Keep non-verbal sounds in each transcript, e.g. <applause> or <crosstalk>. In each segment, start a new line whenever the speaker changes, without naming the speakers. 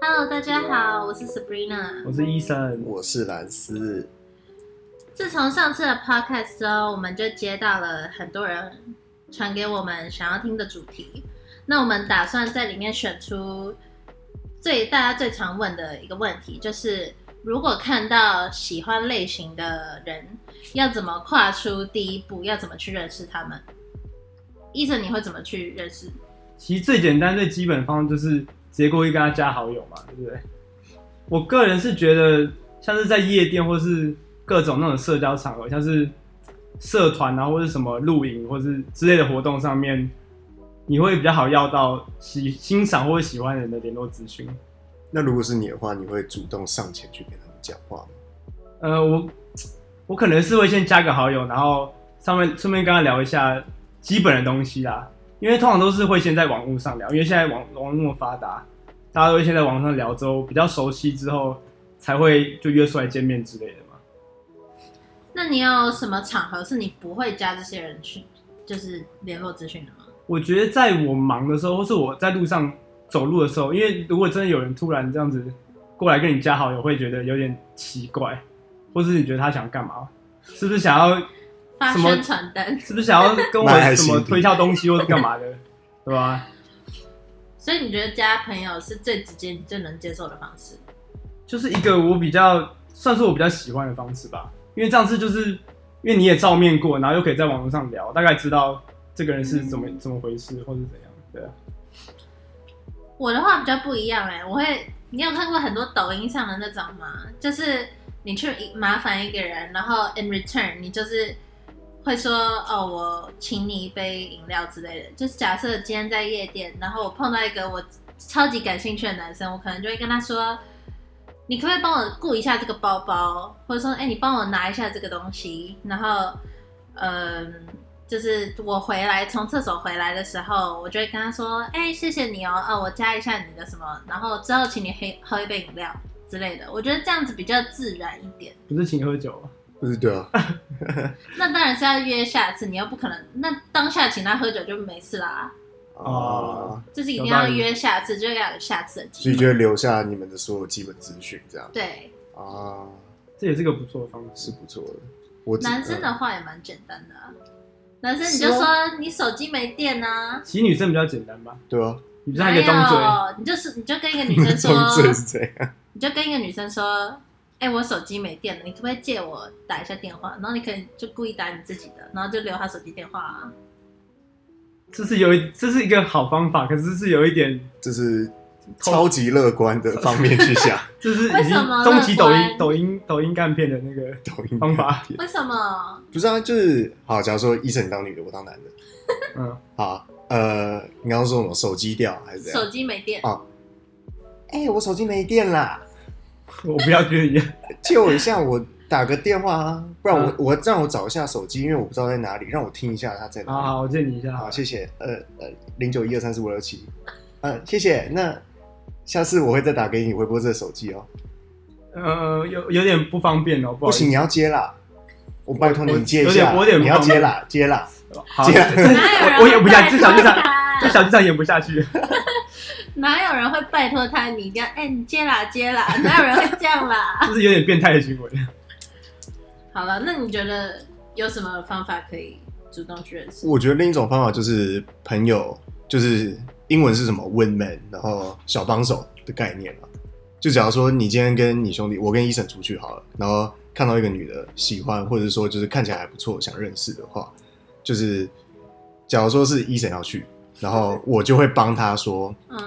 Hello，大家好，我是 Sabrina。
我是医生，
我是蓝斯，
自从上次的 podcast 之后，我们就接到了很多人传给我们想要听的主题。那我们打算在里面选出最大家最常问的一个问题，就是如果看到喜欢类型的人，要怎么跨出第一步？要怎么去认识他们？医生，你会怎么去认识？
其实最简单、最基本的方式就是直接过去跟他加好友嘛，对不对？我个人是觉得，像是在夜店或是各种那种社交场合，像是社团啊，或是什么露营或是之类的活动上面，你会比较好要到喜欣赏或者喜欢人的联络资讯。
那如果是你的话，你会主动上前去跟他们讲话吗？
呃，我我可能是会先加个好友，然后上面顺便跟他聊一下基本的东西啦。因为通常都是会先在网络上聊，因为现在网网络那么发达，大家都会先在网络上聊之后比较熟悉之后，才会就约出来见面之类的嘛。
那你有什么场合是你不会加这些人去，就是联络资讯的吗？
我觉得在我忙的时候，或是我在路上走路的时候，因为如果真的有人突然这样子过来跟你加好友，会觉得有点奇怪，或是你觉得他想干嘛？是不是想要
发
什么
宣传单。
是不是想要跟我
卖爱
什
心
么
笔
推销东西或是干嘛的， <laughs> 对吧、
所以你觉得加朋友是最直接、你最能接受的方式？
就是一个我比较算是我比较喜欢的方式吧，因为这样子就是因为你也照面过，然后又可以在网络上聊，大概知道这个人是怎么、怎么回事或是怎样，对啊。
我的话比较不一样哎、我会，你有看过很多抖音上的那种吗？就是你去麻烦一个人，然后 in return 你就是会说哦，我请你一杯饮料之类的。就是假设今天在夜店，然后我碰到一个我超级感兴趣的男生，我可能就会跟他说。你可不可以帮我顾一下这个包包，或者说，哎、你帮我拿一下这个东西，然后，嗯，就是我回来从厕所回来的时候，我就会跟他说：“哎、谢谢你哦，呃，我加一下你的什么，然后之后请你喝喝一杯饮料之类的。”我觉得这样子比较自然一点。
不是请喝酒啊，
不是
<laughs>
对啊，
那当然是要约下次，你又不可能那当下请他喝酒就没事啦，
哦
啊，
就是一定
有道
要
理
约下次，就要有下次的
所
机
以
会。
就会留下你们的所有基本资讯，这样
对，
啊，
这也是个不错的方式。
是不错的。我只
男生的
嗯
话也蛮简单的、啊，男生你就说你手机没电啊，
其实女生比较简单吧，
对啊，
你不是还
还
可以
有
装嘴，
你就是你就跟一个女生说，
从 <laughs> 最是这样，
你就跟一个女生说：“哎、我手机没电了，你可不可以借我打一下电话？”然后你可能就故意打你自己的，然后就留她手机电话、啊。
这是有一这是一个好方法，可是是有一点，
这是超级乐观的方面去
<laughs>
想
这是
为
已经
什么
终极抖
乐观
音抖音抖音干片的那个
抖音
方法，
为什么？
不是啊，就是好，假如说医生你当女的，我当男的，
嗯，
<laughs> 好，呃，你刚刚说什么手机掉还是怎
手
样？
机没电，
哦哎，我手机没电啦。
我不要觉得一样，
借我一下，我打个电话啊，不然我、
嗯
我让我找一下手机，因为我不知道在哪里，让我听一下他在
<laughs>
哪
啊好
里。
好，我借你一下，
好谢谢。呃呃，零九一二三四五六七，呃，谢谢。那下次我会再打给你，回拨这个手机哦。
呃，有有点不方便哦，不
不
好意思
行，你要接啦。我拜托
我
你接一
有点
下，
我有点
你要
忙
接啦，接啦。
好，
接
这
哪有人
我我也不想，
会
这小剧场，
拜
<laughs> 这
托他
小剧场演不下去。
哪有人会拜托他？你一定要哎、你接啦接啦，哪有人会这样啦？
就是有点变态的行为。
好了，那你觉得有什么方法可以主动去认识？
我觉得另一种方法就是朋友，就是英文是什么 win man，然后小帮手的概念嘛。就假如说你今天跟你兄弟，我跟医生出去好了，然后看到一个女的喜欢，或者说就是看起来还不错，想认识的话，就是假如说是医生要去，然后我就会帮他说
嗯，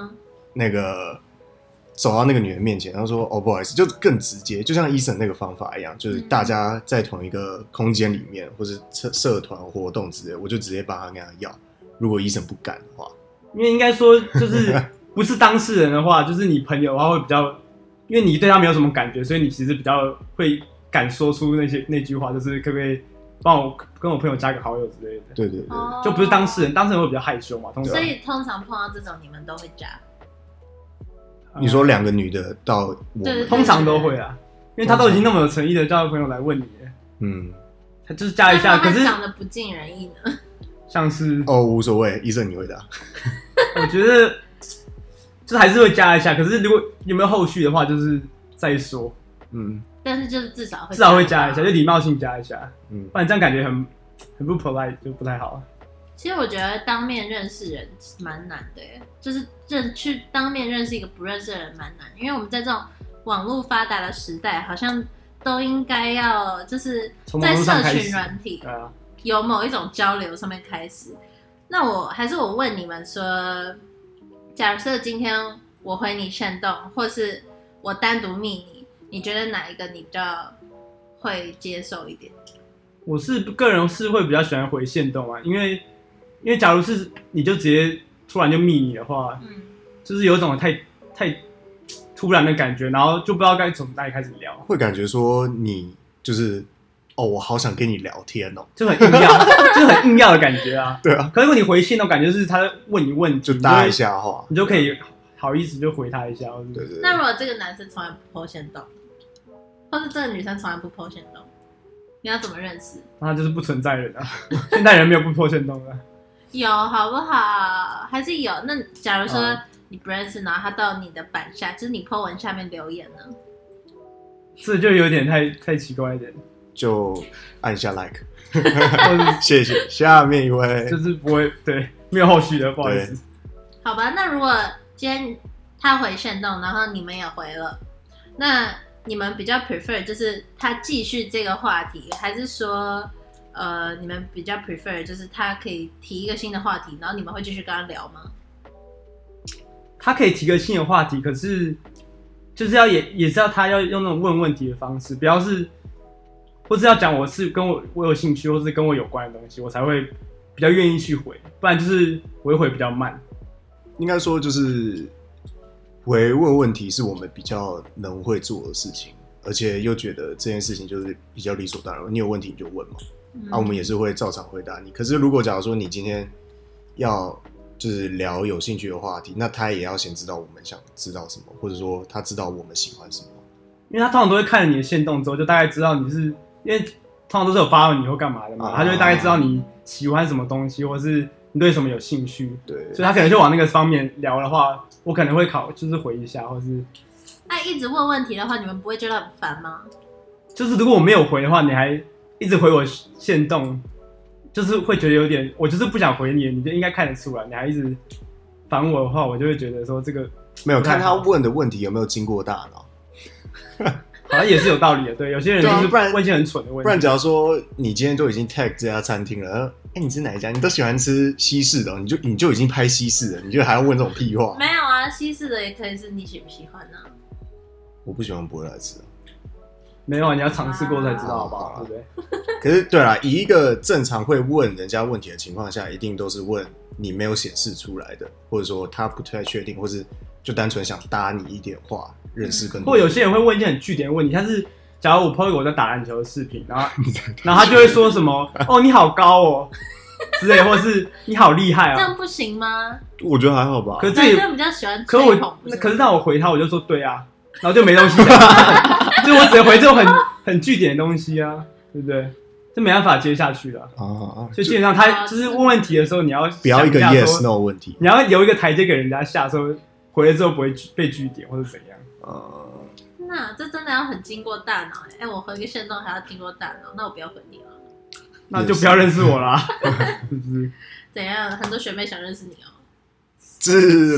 那个走到那个女人面前，然后说哦不好意思，就更直接，就像医生那个方法一样，就是
嗯
大家在同一个空间里面，或是社社团活动之类，我就直接帮他跟他要。如果医生不敢的话，
因为应该说，就是不是当事人的话，就是你朋友的话会比较，因为你对他没有什么感觉，所以你其实比较会敢说出那些那句话，就是可不可以帮我跟我朋友加个好友之类的，
对对对，
哦
就不是当事人，。当事人会比较害羞嘛，通常
所。以通常碰到这种，你们都会加。
呃
你说两个女的到我
对对
们，
通常都会啊，因为他都已经那么有诚意的叫朋友来问你了，
嗯，
他就是加一下，
那
可
会不
是
会长得不尽人意呢？ <laughs>
像是
哦，无所谓，医生你回答。
我觉得就是还是会加一下，可是如果有没有后续的话，就是再说，
嗯
但是就是至少会
至少会加一下，就礼貌性加一下，
嗯
不然这样感觉很很不 polite，就不太好。
其实我觉得当面认识人蛮难的耶，就是认去当面认识一个不认识的人蛮难，因为我们在这种网络发达的时代，好像都应该要就是
从网
在
络上
社
开
群
始，
软体
对啊，
有某一种交流上面开始。那我还是我问你们说，假设今天我回你炫动，或是我单独密你，你觉得哪一个你比较会接受一点？
我是个人是会比较喜欢回线动啊，因为因为假如是你就直接突然就密你的话，
嗯，
就是有一种太太突然的感觉，然后就不知道该从哪里开始聊，
会感觉说你就是哦，我好想跟你聊天哦，
就很硬要， <laughs> 就很硬要的感觉啊。
对啊，
可是如果你回信，那种感觉就是他问你问题，
就搭一下话，
你就，你就可以好意思就回他一下。或者
对对
那
对，
如果这个男生从来不剖线动，或是这个女生从来不剖线动，你要怎么认识？
那他就是不存在人啊， <laughs> 现代人没有不破啊线动的。
有好不好？还是有？那假如说
嗯
你不认识，然后他到你的版下，就是你 po 文下面留言呢？
这就有点太太奇怪一点，
就按一下 like，
或
<laughs>
者
谢谢。下面一位
就，是不会对没有后续的，不好意思。
好吧，那如果今天他回炫动，然后你们也回了，那你们比较 prefer 就是他继续这个话题，还是说呃你们比较 prefer 就是他可以提一个新的话题，然后你们会继续跟他聊吗？
他可以提个新的话题，可是就是要也也是要他要用那种问问题的方式，不要是或是要讲我是跟我我有兴趣，或是跟我有关的东西，我才会比较愿意去回，不然就是我会回比较慢。
应该说就是回问问题是我们比较能会做的事情，而且又觉得这件事情就是比较理所当然，你有问题你就问嘛。
嗯
啊，我们也是会照常回答你。可是如果假如说你今天要就是聊有兴趣的话题，那他也要先知道我们想知道什么，或者说他知道我们喜欢什么。
因为他通常都会看你的线动之后，就大概知道你是因为通常都是有发问你会干嘛的嘛，
啊
他就会大概知道你喜欢什么东西，或是你对什么有兴趣，
对，
所以他可能就往那个方面聊的话，我可能会考就是回一下，或是
那一直问问题的话，你们不会觉得很烦吗？
就是如果我没有回的话，你还一直回我线动，就是会觉得有点我就是不想回你，你就应该看得出来，你还一直烦我的话，我就会觉得说这个
没有看他问的问题有没有经过大脑，
好像也是有道理的，对，有些人
对啊
就是
不然
问一些很蠢的问题，
不然假如说你今天都已经 tag 这家餐厅了，呃哎、你是哪一家？你都喜欢吃西式的哦，你就你就已经拍西式了，你就还要问这种屁话？
没有啊，西式的也可以是你喜不喜欢呢、啊？
我不喜欢不会来吃。
没有啊，你要尝试过才知道好不好
啊？
对不对？
可是对啦，以一个正常会问人家问题的情况下，一定都是问你没有显示出来的，或者说他不太确定，或是就单纯想搭你一点话，认识更多。
或有些人会问一些很据点的问题，像是假如我 PO 一个我在打篮球的视频，
<laughs>
然后然后他就会说什么“哦，你好高哦”之类，或是“你好厉害
这
哦
样不行吗？
我觉得还好吧
可”。是
男
这
生
也
比较喜欢
可
吹捧
我，
不
那
是
可是
吗
让我回他，我就说对啊，然后就没东西讲，
<laughs>
就我只回这种很很据点的东西啊，对不对？这没办法接下去了。
啊啊，啊
所以基本上他就是问问题的时候，你要
不要一个
想下
yes
说
no 问题。
你要留一个台阶给人家下，说回了之后不会被据点或者怎样。
呃，
那这真的要很经过大脑哎、哎我回个线动还要经过大脑，那我不要回你了。
那就不要认识我
<laughs>
啦，是不是？
怎样？很多学妹想认识你哦、
志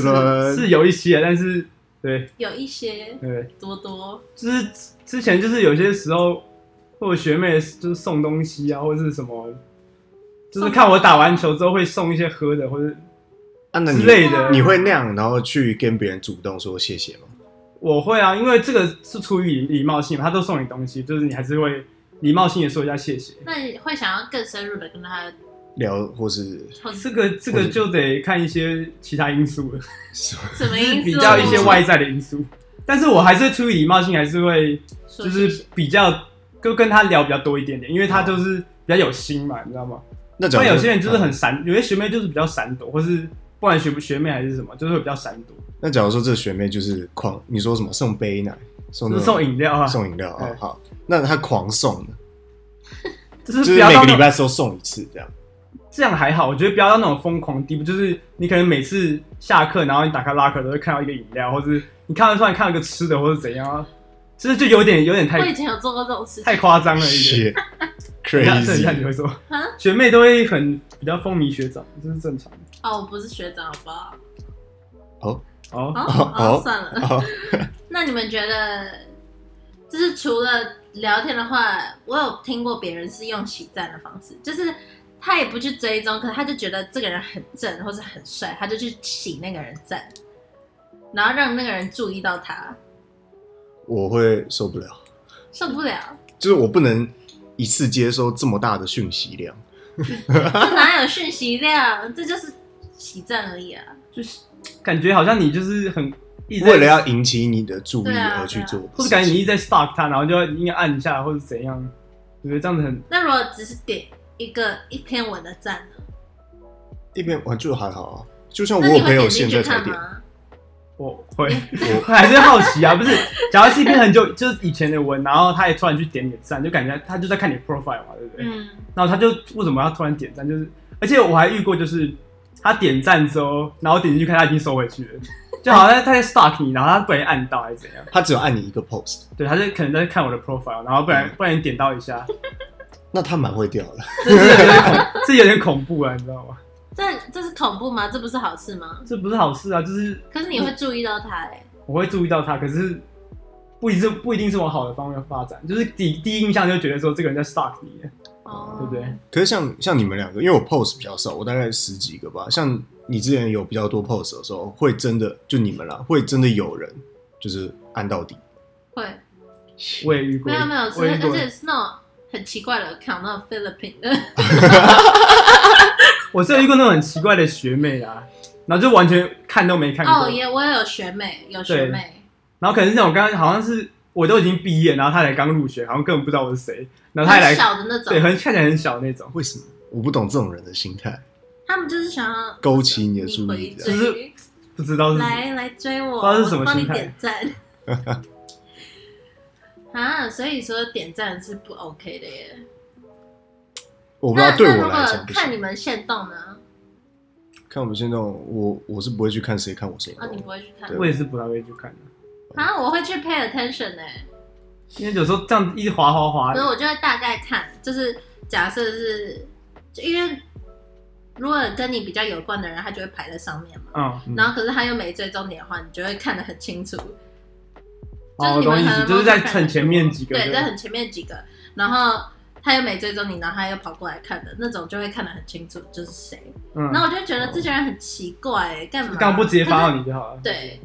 是
伦
是有一些，但是对
有一些
对，
多多，
就是之之前就是有些时候，或者学妹就是送东西啊，或者是什么，就是看我打完球之后会送一些喝的，或者
啊，那
之
你
类的。
你会那样，然后去跟别人主动说谢谢吗？
我会啊，因为这个是出于礼礼貌性嘛，他都送你东西，就是你还是会礼貌性的说一下谢谢。
那你会想要更深入的跟他
聊或是
或是
这个这个就得看一些其他因素了，
嗯什么
就是
意思？
比较一些外在的因素。但是我还是出于礼貌性，还是会
说
就
谢谢，
是比较就跟他聊比较多一点点，因为他就是比较有心嘛，你知道吗？
那假
但
如说
有些人就是很闪，有些学妹就是比较闪躲，或是不管学不学妹还是什么，就是会比较闪躲，
那假如说这学妹就是狂，你说什么送杯奶，送那
就是
种
送饮料啊，
送饮料啊
对，
好，那她狂送的。
就是
就
不
是
要
每
到
个
那
礼
种
拜都送一次这样。
这样还好，我觉得不要到那种疯狂地步，就是你可能每次下课，然后你打开拉克都会看到一个饮料，或是你看到突然看到一个吃的，或者怎样，啊就是就有点有点
我
太
以前有做过这种事情，
太夸张了一点。
shit
你看 <laughs> 这一下你
crazy，
会说，学妹都会很比较风靡学长，这是正常的。
哦，我不是学长，好不好？
哦，
哦，
哦
哦算了。
哦
<laughs> 那你们觉得，就是除了聊天的话，我有听过别人是用喜赞的方式，就是他也不去追踪，可是他就觉得这个人很正或者很帅，他就去洗那个人赞，然后让那个人注意到他，
我会受不了，
受不了，
就是我不能一次接收这么大的讯息量。
这哪有讯息量？这就是喜赞而已啊！
就是感觉好像你就是很一直在
为了要引起你的注意
对啊
而去做，
或者感觉你一直在 stalk 他，然后就要硬按一下或者怎样，我觉得这样子很
那如果只是点一个一篇文的赞呢？
一边玩就还好啊。就像我
那你
有
会
朋友
点
现
进
在
去
才
看
点，
吗？
我会，
我
<laughs> 还是好奇啊，不是？假如是一篇很久就是以前的文，然后他也突然去点你的赞，就感觉他就在看你的 profile 嘛，对不对？
嗯，
然后他就为什么要突然点赞？就是而且我还遇过，就是他点赞之后，然后点进去看他已经收回去了，就好像他在 stalk 你，然后他不小心按到还是怎样？
他只有按你一个 post，
对，他就可能在看我的 profile，然后不
嗯
然不然点到一下，
那他蛮会掉的。
这这有点恐， <laughs> 这有点恐怖啊，你知道吗？
这这是恐怖吗？这不是好事吗？
这不是好事啊，就是
可是你会注意到他哎、
我会注意到他，可是不一定是不一定是往好的方面发展，就是第第一印象就觉得说这个人在 stalk 你，
哦，
对不对？
可是像像你们两个，因为我 post 比较少，我大概十几个吧。像你之前有比较多 post 的时候，会真的就你们啦，会真的有人就是按到底。
会。
我也遇过，
没有没有，是
我也遇
而
过，
且是那种很奇怪的 account，那种 Philippine 呃的，
我是有遇过那种很奇怪的学妹啊，然后就完全看都没看过，
哦也我也有学妹，有学妹，
然后可能是那种刚刚好像是我都已经毕业，然后她才刚入学，好像根本不知道我是谁，然后她也
很
来，
小的那
对，
种，
很看起来很小那种，
为什么？我不懂这种人的心态，
他们就是想要
勾起你的
你
注
回
意。啊这样
追，
不知道是
来来追我，
不知道是什
我
么
帮你
心态
点
<laughs>
赞。啊，所以说点赞是不 OK 的耶。
我不知
那
道对
那
我
如
来
果
讲不
看你
行。
们现动呢？
看我们现在，我我是不会去看谁看我谁
啊，
的
你不会去看
对
我也是不太会去看的，
啊？我会去 pay attention 呢、
因为有时候这样一直滑滑滑
所以，我就会大概看，就是假设是，就因为如果跟你比较有关的人，他就会排在上面嘛。
嗯，
嗯
然后可是他又没追踪你的话，你就会看得很清楚。
哦，
就
我
是你们
懂意
可能
思，就是在很前面几个，
对，在很前面几个，然后他又没追踪你，然后他又跑过来看的那种，就会看得很清楚就是谁。
嗯，
然后我就觉得这些人很奇怪、干嘛？
刚不直接发到你就好了。
对，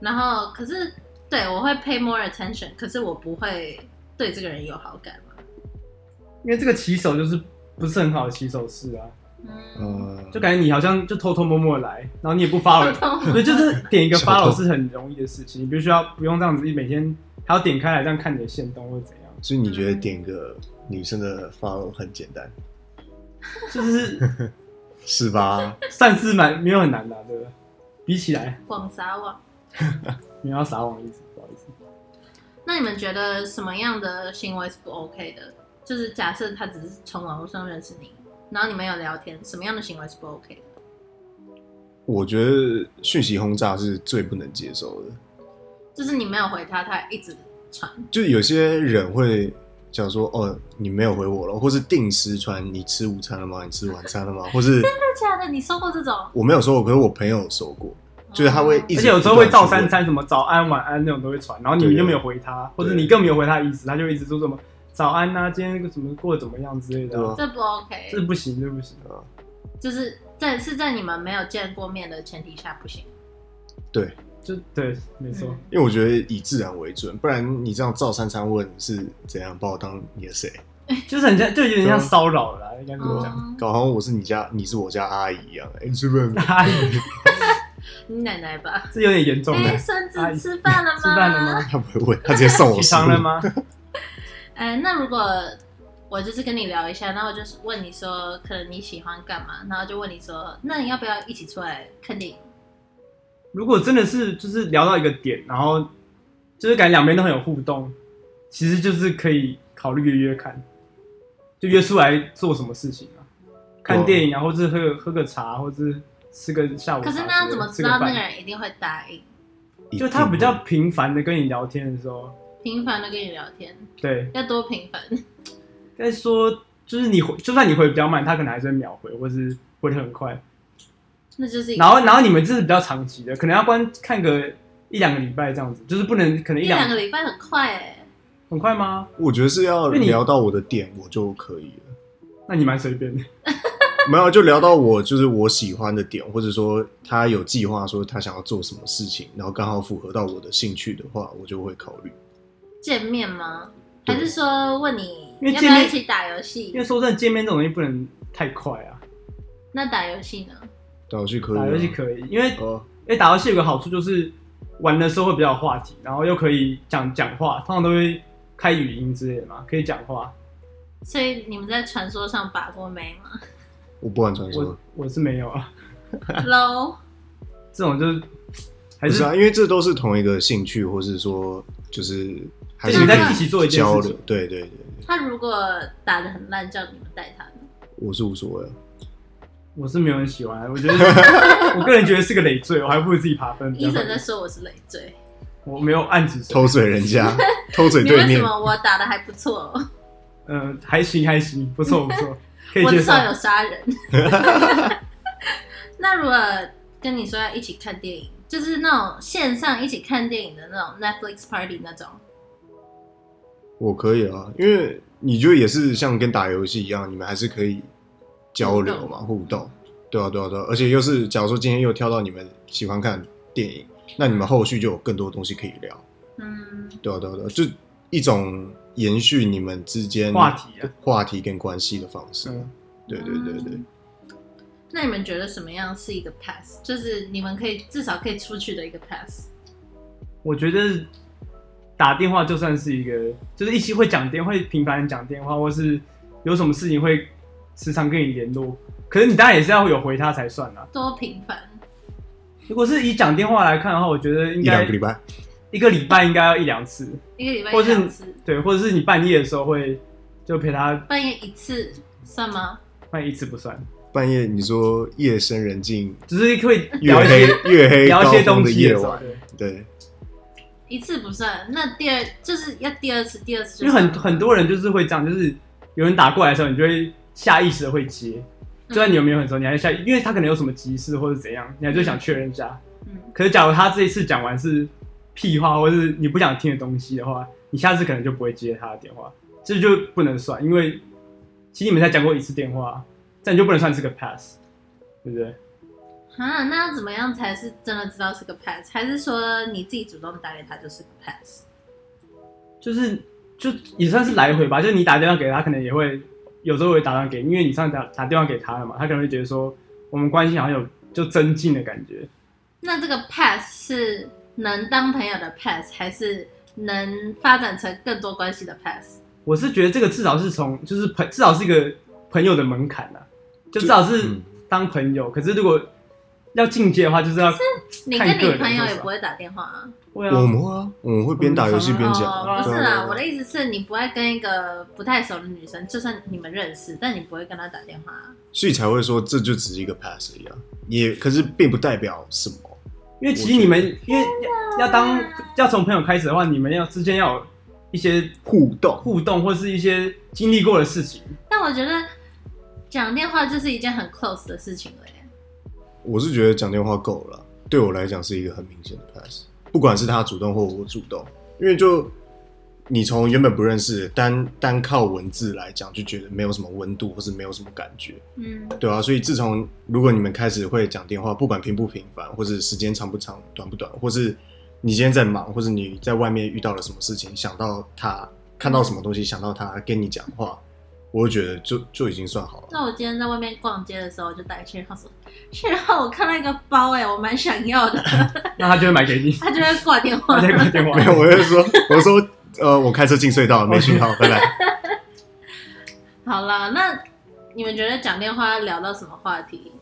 然后可是对我会 pay more attention，可是我不会对这个人有好感嘛。
因为这个骑手就是不是很好的骑手式啊，
嗯，
嗯，
就感觉你好像就偷偷摸摸地来，然后你也不 follow，对，就是点一个
小偷
follow 是很容易的事情，你必须要不用这样子，每天还要点开来这样看你的线动或者怎样，
所以你觉得点个女生的 follow 很简单，
就是
是吧？ <laughs>
算是蛮没有很难的啊、对不对？比起来，
广撒网。
你要撒网一直，不好意思，
那你们觉得什么样的行为是不 OK 的？就是假设他只是从网络上认识你，然后你们有聊天，什么样的行为是不 OK 的？
我觉得讯息轰炸是最不能接受的。
就是你没有回他，他还一直传，
就有些人会讲说，哦，你没有回我了，或是定时传，你吃午餐了吗？你吃晚餐了吗？或是
真的假的？你收过这种？
我没有收过，可是我朋友有收过，就是他会一
而
直
且有时候会照三
不断
餐，什么早安、晚安那种都会传，然后你们
对
又没有回他，或者
对
你更没有回他的意思，他就一直说什么早安呐、今天怎么过得怎么样之类的啊、
对
这不 OK，
这不行，这不行。
就是在是在你们没有见过面的前提下不行。
对，
就对，没错。
嗯
因为我觉得以自然为准，不然你这样照三餐问是怎样把我当你的谁？
嗯
就是很像，就有点像骚扰了啦，应该这么 <laughs> 讲。
哦，
搞好像我是你家，你是我家阿姨一样。哎、你
<laughs>
吃饭没
你奶奶吧。
这啊有点严重
哎，
了。
孙子
阿姨
吃饭了吗？
吃饭了？吗？
他不会问，他直接送我
<laughs> 起
食
床了
物。
吗？
哎，那如果我就是跟你聊一下，然后我就是问你说，可能你喜欢干嘛，然后就问你说，那你要不要一起出来看电影？
如果真的是就是聊到一个点，然后就是感觉两边都很有互动，其实就是可以考虑约约看，就约出来做什么事情啊？看电影啊，或者喝喝个茶，或者吃个下午茶
可
之类的。
是那要怎么知
吃个
道那
饭
个人一定会答应？
就他比较频繁的跟你聊天的时候，
频繁的跟你聊天，
对，
要多频繁？ <laughs>
该说就是你回，就算你回比较慢，他可能还是会秒回，或是回的很快。
那就是一个
然后，然后你们这是比较长期的，可能要观看个一两个礼拜这样子，就是不能可能
一
一
两
两
个礼拜很快哎、
很快吗？
我觉得是要
因为你
聊到我的点，我就可以了。
那你蛮随便的。
没有，就聊到我就是我喜欢的点，或者说他有计划说他想要做什么事情，然后刚好符合到我的兴趣的话，我就会考虑。
见面吗？
对
还是说问你
因为
要不
见
要
面
一起打游
因为
戏？
说真的，见面这种东西不能太快啊，
那打游戏呢？
打游戏可以、啊，
打游戏可以，因为
哦，
因为打游戏有个好处就是玩的时候会比较有话题，然后又可以讲讲话，通常都会开语音之类的嘛，可以讲话。
所以你们在传说上把过妹
<laughs>
吗
我不玩传说
我，我是没有啊，
？Low，
这种就是还
不
是
是啊，因为这都是同一个兴趣，或是说就是还
就是你们在
可以
一起做一件事
交
情
流。对对对，
他如果打的很烂，叫你们带他呢？
我是无所谓啊。
我是没有很喜欢，我觉
<laughs>
得我个人觉得是个累赘，我还不如自己爬分。比较
医
快
生在说我是累赘，
我没有暗指谁，
偷嘴人家，偷嘴
你
对
为什
面，
么我打的还不错？
嗯、还行还行，不错不
<laughs>
错，可以
我
接
至
受。
少有杀
<laughs>
人。那如果跟你说要一起看电影，就是那种线上一起看电影的那种 Netflix party 那种，
我可以啊，因为你就也是像跟打游戏一样，你们还是可以交流嘛，互动，对啊，对啊，对啊，而且又是假如说今天又跳到你们喜欢看电影，那你们后续就有更多东西可以聊，
嗯，
对啊，对啊，对啊，就一种延续你们之间
话题啊、
话题跟关系的方式，
嗯
对对对对，
那你们觉得什么样是一个 pass？就是你们可以至少可以出去的一个 pass。
我觉得打电话就算是一个，就是一起会讲电，会频繁地讲电话，或是有什么事情会时常跟你联络。可是你当然也是要有回他才算啊。
多频繁？
如果是以讲电话来看的话，我觉得应
一两
该
个礼拜，
一个礼拜应该要一两次，
一个礼拜
或是
两次，
对，或者是你半夜的时候会就陪他，
半夜一次算吗？
那一次不算，
半夜你说夜深人静，
只是会
月
聊一
黑
些
月黑
聊一
高
些
峰
东
的
西
夜
的时候
晚，，
对
对，
一次不算，那第二就是要第二次，第二次就
因为很
算了
很多人就是会这样，就是有人打过来的时候，你就会下意识的会接，就算你有没有很熟，你还下，因为他可能有什么急事或者怎样，你还就想确认一下。
嗯，
可是假如他这一次讲完是屁话，或是你不想听的东西的话，你下次可能就不会接他的电话，这就不能算，因为其实你们才讲过一次电话，这样就不能算是个 pass，对不对？
啊，那要怎么样才是真的知道是个 pass？还是说你自己主动打给他就是个 pass？
就是就也算是来回吧，就是你打电话给他，可能也会有时候会打电话给你，因为你上次打打电话给他了嘛，他可能会觉得说我们关系好像有就增进的感觉，
那这个 pass 是能当朋友的 pass，还是能发展成更多关系的 pass？
我是觉得这个至少是从就是朋至少是一个朋友的门槛啊，就至少是
嗯
当朋友。可是如果要进阶的话，就是要
你
看
跟
个
你
人
朋友
多
也
少
不会打电话啊？
会
我
啊，
们会啊，我们会边打游戏边讲
哦
啊，，
不
对
是
啊对啊
啦，
对啊
我的意思是你不会跟一个不太熟的女生，就算你们认识，但你不会跟她打电话啊。
所以才会说这就只是一个 pass 一样，也可是并不代表什么。
因为其实你们因为要要当要从朋友开始的话，你们要之间要有一些
互动，
互动或是一些经历过的事情。
但我觉得讲电话就是一件很 close 的事情了耶。
我是觉得讲电话够了啦，对我来讲是一个很明显的 pass，不管是他主动或我主动，因为就你从原本不认识，单单靠文字来讲，就觉得没有什么温度，或是没有什么感觉，
嗯，
对啊，所以自从如果你们开始会讲电话，不管频不频繁，或是时间长不长、短不短，或是你今天在忙，或是你在外面遇到了什么事情，想到他，看到什么东西，想到他跟你讲话，我就觉得就就已经算好了。
那我今天在外面逛街的时候，我就打给谢浩说：“谢浩，我看到一个包、哎，我蛮想要
<laughs>
的。
那他就会买给你”，
他就会挂电话
他。就会买电话
没。有，我就说，我就说，呃，我开车进隧道，没信号，拜 <laughs> 拜。
<laughs> 好啦，那你们觉得讲电话要聊到什么话题，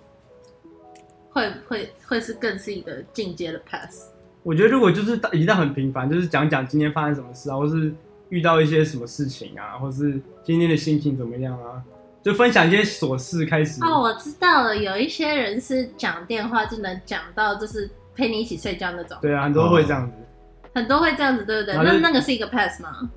会会会是更是一个进阶的 pass？
我觉得如果就是到已经到很频繁，就是讲讲今天发生什么事啊，或是遇到一些什么事情啊，或是今天的心情怎么样啊，就分享一些琐事开始。
哦，我知道了，有一些人是讲电话就能讲到，就是陪你一起睡觉那种，
对啊，很多会这样子。
很多会这样子，对不对？
然后
那
就
那个是一个 pass 吗？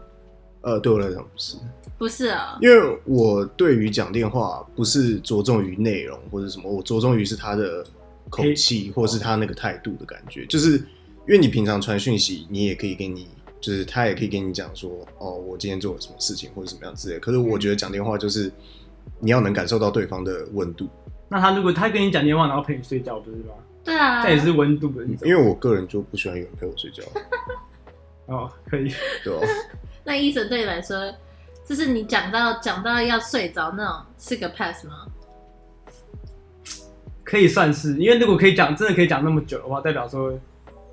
呃，对我来讲不是，
不是哦，
因为我对于讲电话不是着重于内容或者什么，我着重于是他的口气或是他那个态度的感觉。就是因为你平常传讯息，你也可以给你，就是他也可以跟你讲说，哦，我今天做了什么事情或者怎么样之类的。可是
嗯
我觉得讲电话就是你要能感受到对方的温度，
那他如果他跟你讲电话，然后陪你睡觉，不是吗？
对啊，
这也是温度的一种。
因为我个人就不喜欢有人陪我睡觉，
哦，可以。
对吧？
<laughs>
那医生对你来说，就是你讲到讲到要睡着那种，是个 pass 吗？
可以算是，因为如果可以讲，真的可以讲那么久的话，代表说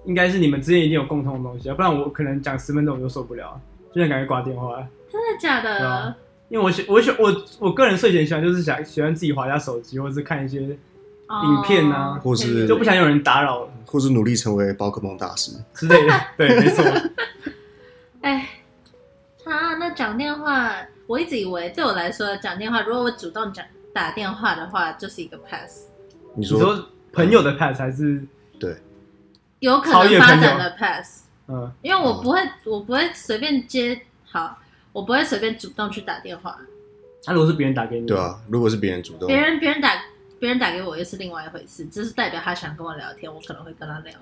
应该是你们之间一定有共同的东西，要啊不然我可能讲十分钟我就受不了，啊就很感觉挂电话。
真的假的？
对啊因为我喜我喜我我个人睡前喜欢就是想喜欢自己滑一下手机，或者是看一些，
哦
影片啊
或是
就不想有人打扰
或是努力成为宝可梦大师。
之类
<laughs>
的。对，没错。
哎，啊，那讲电话，我一直以为对我来说讲电话，如果我主动讲打电话的话，就是一个 pass，
你
你
说
说朋友的 pass 还是
对，
有可
超
能
越
发
朋友
展的 pass，
嗯
因为我不会，我不会随便接，好，我不会随便主动去打电话，
那、如果是别人打给你，
对，啊，如果是别人主动
别，人别人打别人打给我又是另外一回事，这是代表他想跟我聊天，我可能会跟他聊，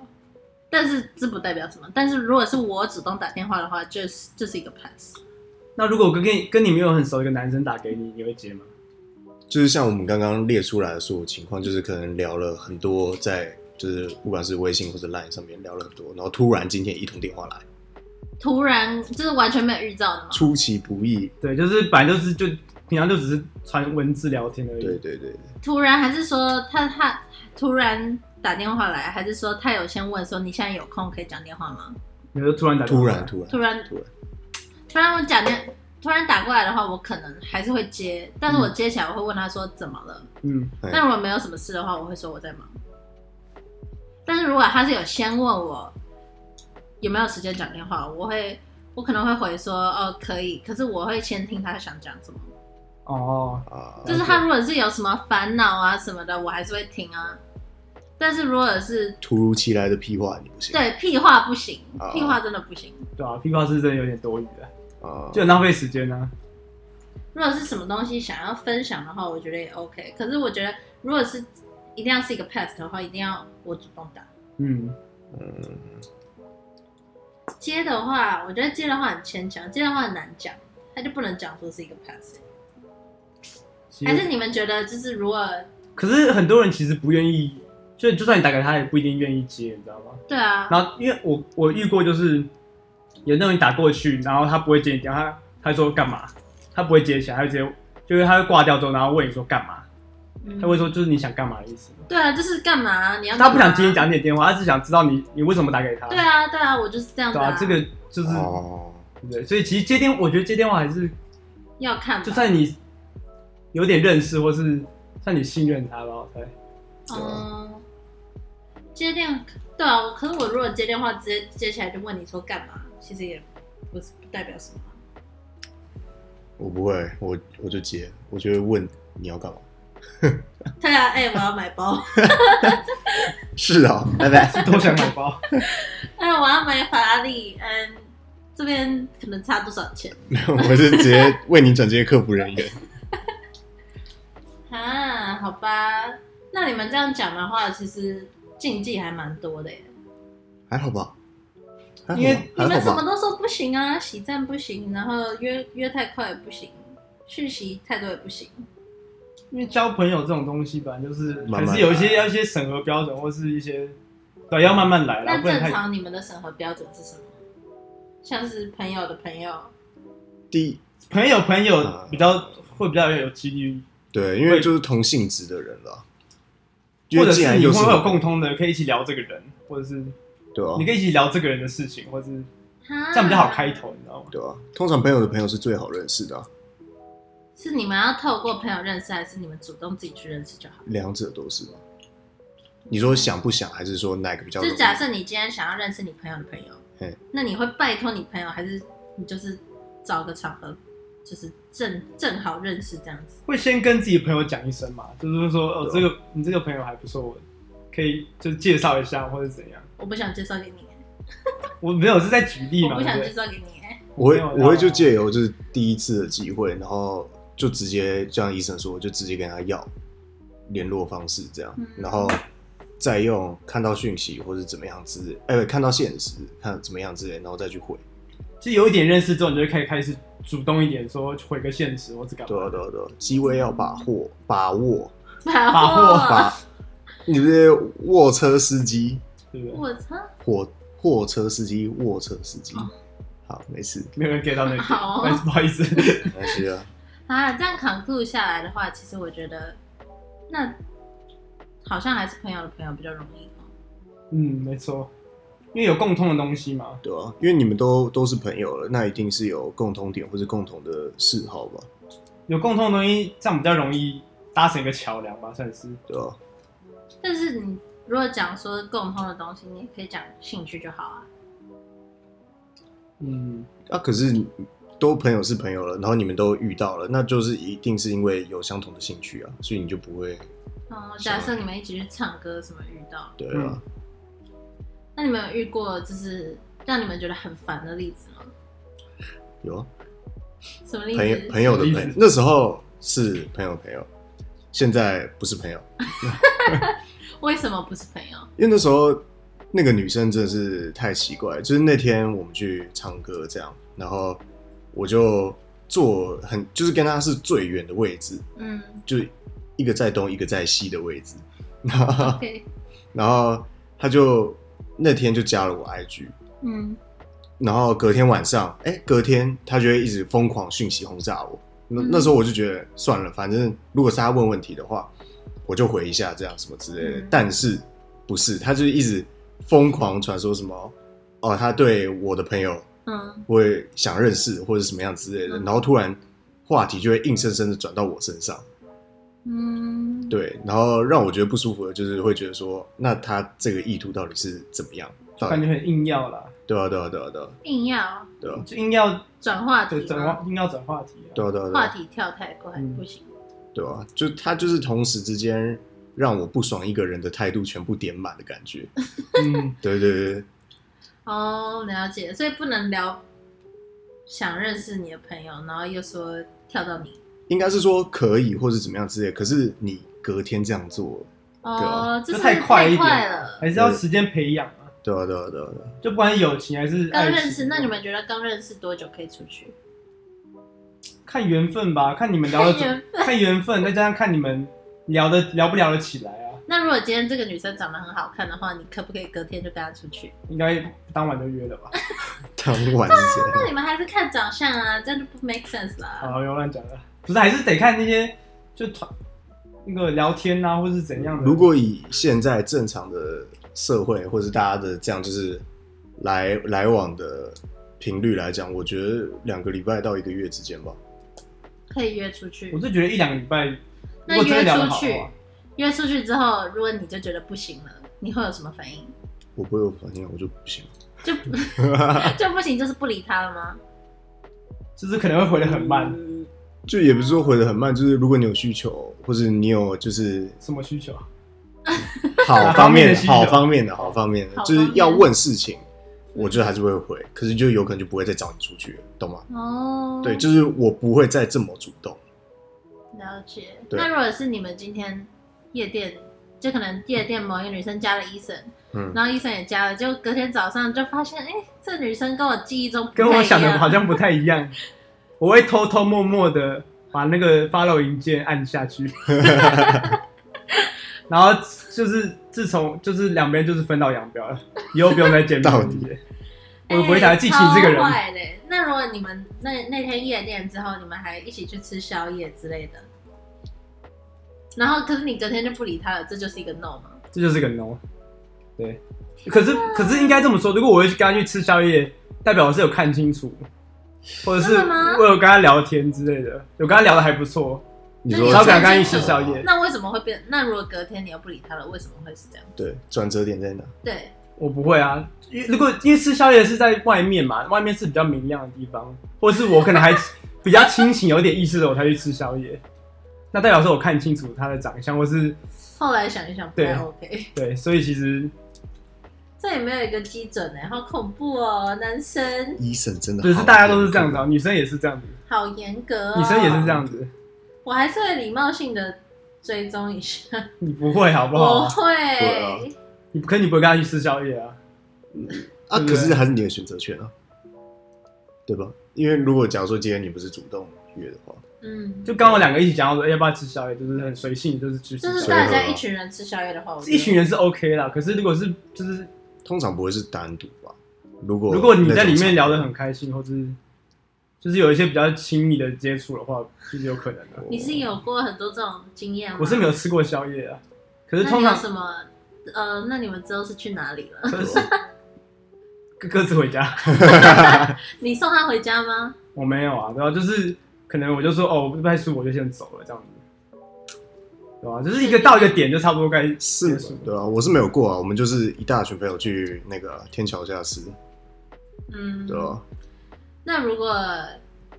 但是这不代表什么，但是如果是我主动打电话的话，就是就是一个 pass，
那如果跟跟跟你没有很熟的一个男生打给你，你会接吗？
就是像我们刚刚列出来的所有情况，就是可能聊了很多，在就是不管是微信或者 LINE 上面聊了很多，然后突然今天一通电话来，
突然就是完全没有预兆的嘛。
出其不意。
对，就是本来就是就平常就只是传文字聊天而已。
对对对，
突然，还是说他他突然打电话来，还是说他有先问说你现在有空可以讲电话吗？
你就突然打电话
突
来
然突然
突然
突然
突然我讲电突然打过来的话，我可能还是会接，但是我接起来我会问他说怎么了。
嗯，
嗯
但如果没有什么事的话，我会说我在忙。但是如果他是有先问我有没有时间讲电话，我会我可能会回说哦可以，可是我会先听他想讲什么。
哦，
啊，
就是他如果是有什么烦恼啊什么的，我还是会听啊。但是如果是
突如其来的屁话你不行
对，屁话不行
哦，
屁话真的不行。
对啊，屁话是真的有点多余的，
啊，
就很浪费时间啊。
如果是什么东西想要分享的话，我觉得也 OK。可是我觉得，如果是一定要是一个 pass 的话，一定要我主动打。
嗯，
嗯，
接的话，我觉得接的话很牵强，接的话很难讲，他就不能讲说是一个 pass。
其
还
实
是你们觉得，就是如果
可是很多人其实不愿意，就就算你打给他，也不一定愿意接，你知道吗？
对啊，
然后因为我我遇过就是有那种你打过去，然后他不会接你电话，他他说干嘛，他不会接起来，他就直接就是他会挂掉之后，然后问你说干嘛，
嗯
他会说就是你想干嘛的意思。
对啊，就是干嘛？你要
他不想
干嘛
接你。讲你的电话，他只想知道你你为什么打给他。
对啊，对啊，我就是这样子
对啊，这个就是
哦，
对，所以其实接电，我觉得接电话还是
要看吧，
就算你有点认识，或是算你信任他吧，我猜。
嗯，接电对啊，我可是我如果接电话直接接起来就问你说干嘛，其实也不是不代表什么。
我不会，我我就接，我就会问你要干嘛。
对啊，哎、我要买包，
是啊，拜拜。
都想买包， <laughs>
哎、我要买法拉利，嗯，这边可能差多少钱
没有， <laughs> 我是直接为你转接客服人员。
啊？好吧，那你们这样讲的话，其实禁忌还蛮多的耶。
还好吧？还好
因为
吧
你们
还
什
好
么
吧？
都说不行啊，洗站不行，然后约约太快也不行，讯息太多也不行。
因为交朋友这种东西，本来就是
慢
还
慢来啊
是有一些要一些审核标准，或是一些对要慢慢来啦，
那
啊不能
正
太
常你们的审核标准是什么？像是朋友的朋友，
第一，
朋友朋友
嗯
比较会比较有几率，
对，因为就是同性质的人了。
嗯
因
或
为
者
既
是
然
你
又
们
是
会有共通的，可以一起聊这个人，或者是
对啊
你，可以一起聊这个人的事情，或是
这
这样比较好开。头，你知道吗？
对啊，通常朋友的朋友是最好认识的啊、
是你们要透过朋友认识，还是你们主动自己去认识就好？
两者都是嘛。你说想不想，还是说哪个比较
就
容
是
易？
假设你今天想要认识你朋友的朋友
嘿，
那你会拜托你朋友，还是你就是找个场合就是正正好认识这样子。
会先跟自己朋友讲一声嘛，就是说哦，这
对啊
个你这个朋友还不错，我可以就是介绍一下或者怎样。
我不想介绍给你，
我没有是在举例
我
嘛，
不
对
想
不
介
对？
绍给
<laughs>
你。
我会
没有
我会就
到啊
借由就是第一次的机会，然后就直接就像医生说，我就直接跟他要联络方式这样，
嗯
然后再用看到讯息或者怎么样之类，哎、看到现实看怎么样之类，然后再去回。
就有一点认识之后，你就可以开始主动一点，说回个现实或者干
对啊
嘛。
对啊对啊，机会要把握把握
把
把握
握，
把，你这些卧车司机
对不对？
我操，
火货车司机卧车司机，好没事
没有人 get 到那个，
好哦
但是不好意思， <laughs>
没关系啊，
啊，这样 conclude 下来的话，其实我觉得，那好像还是朋友的朋友比较容易哦。
嗯，没错，因为有共通的东西嘛，
对啊，因为你们都都是朋友了，那一定是有共同点或者共同的嗜好吧，
有共通的东西，这样比较容易搭成一个桥梁吧，算是。
对吧、啊
但是你如果讲说共通的东西，你也可以讲兴趣就好啊。
嗯，
啊，可是你都朋友是朋友了，然后你们都遇到了，那就是一定是因为有相同的兴趣啊，所以你就不会
嗯，
啊
假设你们一起去唱歌什么遇到，
对啊。
那你们有遇过就是让你们觉得很烦的例子吗？
有啊，
什么例
朋友
子？
朋友的朋
什么
友
意思，
那时候是朋友的朋友，现在不是朋友，
为什么不是朋友？
因为那时候那个女生真的是太奇怪了，就是那天我们去唱歌这样，然后我就坐很就是跟她是最远的位置，
嗯
就一个在东一个在西的位置，
，OK，
然后她就那天就加了我 IG，
嗯，
然后隔天晚上，哎、隔天他就会一直疯狂讯息轰炸我。那
嗯
那时候我就觉得算了，反正如果是他问问题的话，我就回一下这样什么之类的。
嗯
但是不是，他就是一直疯狂传说什么哦，他对我的朋友
嗯，
会想认识或者什么样之类的，
嗯
然后突然话题就会硬生生的转到我身上。
嗯，，
对，然后让我觉得不舒服的就是会觉得说，那他这个意图到底是怎么样？到
感
底
觉很硬要啦，
对啊，对啊，对啊，对啊，
硬要
对啊，
就硬要
转话题
对
吗，
转话，硬要转话题啊。
对啊，对啊，对
话
啊。
题跳太快、
嗯
不行。
对啊，就他就是同时之间让我不爽一个人的态度全部点满的感觉。
嗯，
对对对对，
哦，了解，所以不能聊想认识你的朋友，然后又说跳到你。
应该是说可以或者怎么样之类，可是你隔天这样做，
哦，这
就是太
快
快一点
了。
还是要时间培养啊。
对啊对啊对啊对啊，
就不管是友情还是
刚
爱情啊
认识，那你们觉得刚认识多久可以出去？
看缘分吧，看你们聊
<laughs> 看
的
缘
看缘分，再加上看你们聊的聊不聊得起来啊，
那如果今天这个女生长得很好看的话，你可不可以隔天就跟她出去？
应该当晚就约
<laughs>
了吧？
当晚是这
那
样。
你们还是看长相啊，这样就不 make sense 啦。
好，又乱讲了，不是还是得看那些就团那个聊天啊，或是怎样的。
如果以现在正常的社会或者大家的这样就是来来往的频率来讲，我觉得两个礼拜到一个月之间吧。
可以约出去
我，是觉得一两个礼拜，如
那
果真的
约
聊得
出
好啊的
去
话，，
约出去之后，如果你就觉得不行了，你会有什么反应？
我不会有反应，我就不行。
就 <laughs> 就不行，就是不理他了吗？
就是可能会回的很慢，
就也不是说回的很慢，就是如果你有需求，或者你有就是
什么需求啊？
好
方
方
面
面
的
的，
需求
好方面的，好方面的
好，
就是
方面
要问事情，我觉得还是会回，可是就有可能就不会再找你出去了，懂吗？
哦，
对，就是我不会再这么主动。
了解。
对
那如果是你们今天夜店，就可能夜店某一个女生加了医生，
嗯，
然后医生也加了，就隔天早上就发现，哎、这女生跟我记忆中不
跟
太
我
一
想的
样
好像不太一样，我会偷偷摸摸的把那个 follow 银键按
<laughs>
下去，然后就是自从就是两边就是分道扬镳了，以后不用再见面。
到底
我不会想要记起这个人
哎超坏的那如果你们那那天夜店之后，你们还一起去吃宵夜之类的，然后可是你隔天就不理他了，这就是一个 no 吗？
这就是个 no。对，可是可是应该这么说，如果我会跟他去吃宵夜，代表我是有看清楚，或者是
真的吗
我有跟他聊天之类的，有跟他聊的还不错，
你
那
说
你
超
超敢
敢跟他
干
一
一
起
起
宵
宵
夜，
那为什么会变？那如果隔天你又不理他了，为什么会是这样？
对，转折点在哪？
对，
我不会啊。因为如果因为吃宵夜是在外面嘛，外面是比较明亮的地方，或是我可能还比较清醒、有点意识的，我才去吃宵夜。那代表说我看清楚他的长相，或是
后来想一想不太
对
OK，
对，所以其实
这也没有一个基准哎、好恐怖哦，男生
医生真的
只
好
是大家都是这样子、啊，女生也是这样子，
好严格哦，
女生也是这，样子，
我还是会礼貌性的追踪一下，
你不会好不
我
好？
会
啊
对，
你可你不会跟他去吃宵夜啊？
啊，
对不
可
对
是还是你的选择权啊，对吧？因为如果假如说今天你不是主动约的话，
嗯，
就刚我两个一起讲到说，哎要不要吃宵夜，就是很随性，就是去
就
吃宵夜。
是大家一群人吃宵夜的话，我觉得
一群人是 OK 啦，可是如果是就是
通常不会是单独吧？如果
如果你在
那种
里面聊得
场
很开心，或者就是有一些比较亲密的接触的话，就是有可能的、
合，
你是有过很多这种经验吗？
我是没有吃过宵夜啊，可是
那
通
你有
常
什么？呃，那你们之后是去哪里了？ <laughs>
可是各各自回家， <laughs>
你送他回家吗？
我没有啊，对吧、就是可能我就说哦，我不太舒服，我就先走了这样子，对吧、就是一个到一个点就差不多该
是
结束
吗对啊，我是没有过啊，我们就是一大群朋友去那个天桥下吃，
嗯，
对
啊
吧？
那如果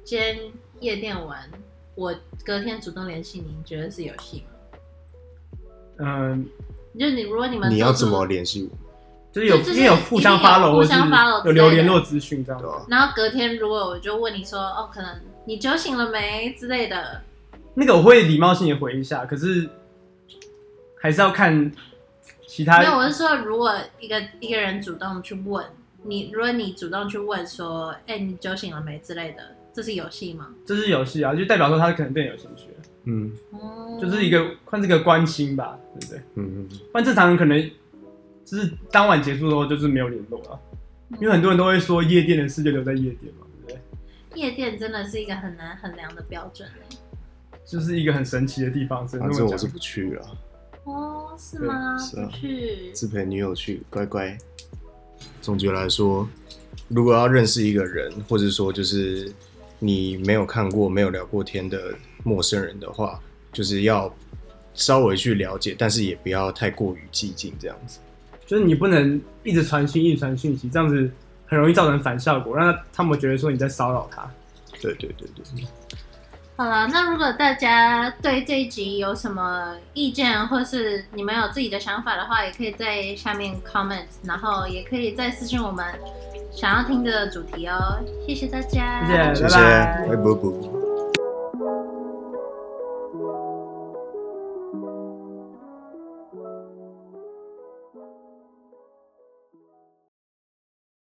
今天夜店玩，我隔天主动联系你，你觉得是有戏吗？
嗯，
就你，如果你们
你要
做出
怎么联系我？
就是有
就就是
因为有互相
一定有
follow
互
或是
相 follow
有留联络资讯这样
对，吧？啊
然后隔天如果我就问你说，哦，可能你酒醒了没之类的，
那个我会礼貌性的回一下，可是还是要看其他
没有，我是说，如果一个一个人主动去问你，如果你主动去问说，哎、你酒醒了没之类的，这是有戏吗？
这是游戏啊，就代表说他可能对你有兴趣，啊
嗯
哦
就是一个算是个关心吧，对不对？
嗯嗯，
不然正常人可能就是当晚结束之后就是没有联络了，因为很多人都会说夜店的事就留在夜店嘛，对不对？
夜店真的是一个很难衡量的标准欸
就是一个很神奇的地方，只能
反
这
正
么
啊我是
讲。
不去了，
哦，是吗？
对是啊
不去，
只陪女友去，乖乖。总结来说，如果要认识一个人，或者说就是你没有看过、没有聊过天的陌生人的话，就是要稍微去了解，但是也不要太过于激进这样子。
就是你不能一直传讯，一直传讯息，这样子很容易造成反效果，让他们觉得说你在骚扰他。
对对对对，
好了，那如果大家对这一集有什么意见，或是你们有自己的想法的话，也可以在下面 comment，然后也可以再私信我们想要听的主题哦。谢谢大家，
谢谢，
谢
拜
哎谢，
拜。
拜拜。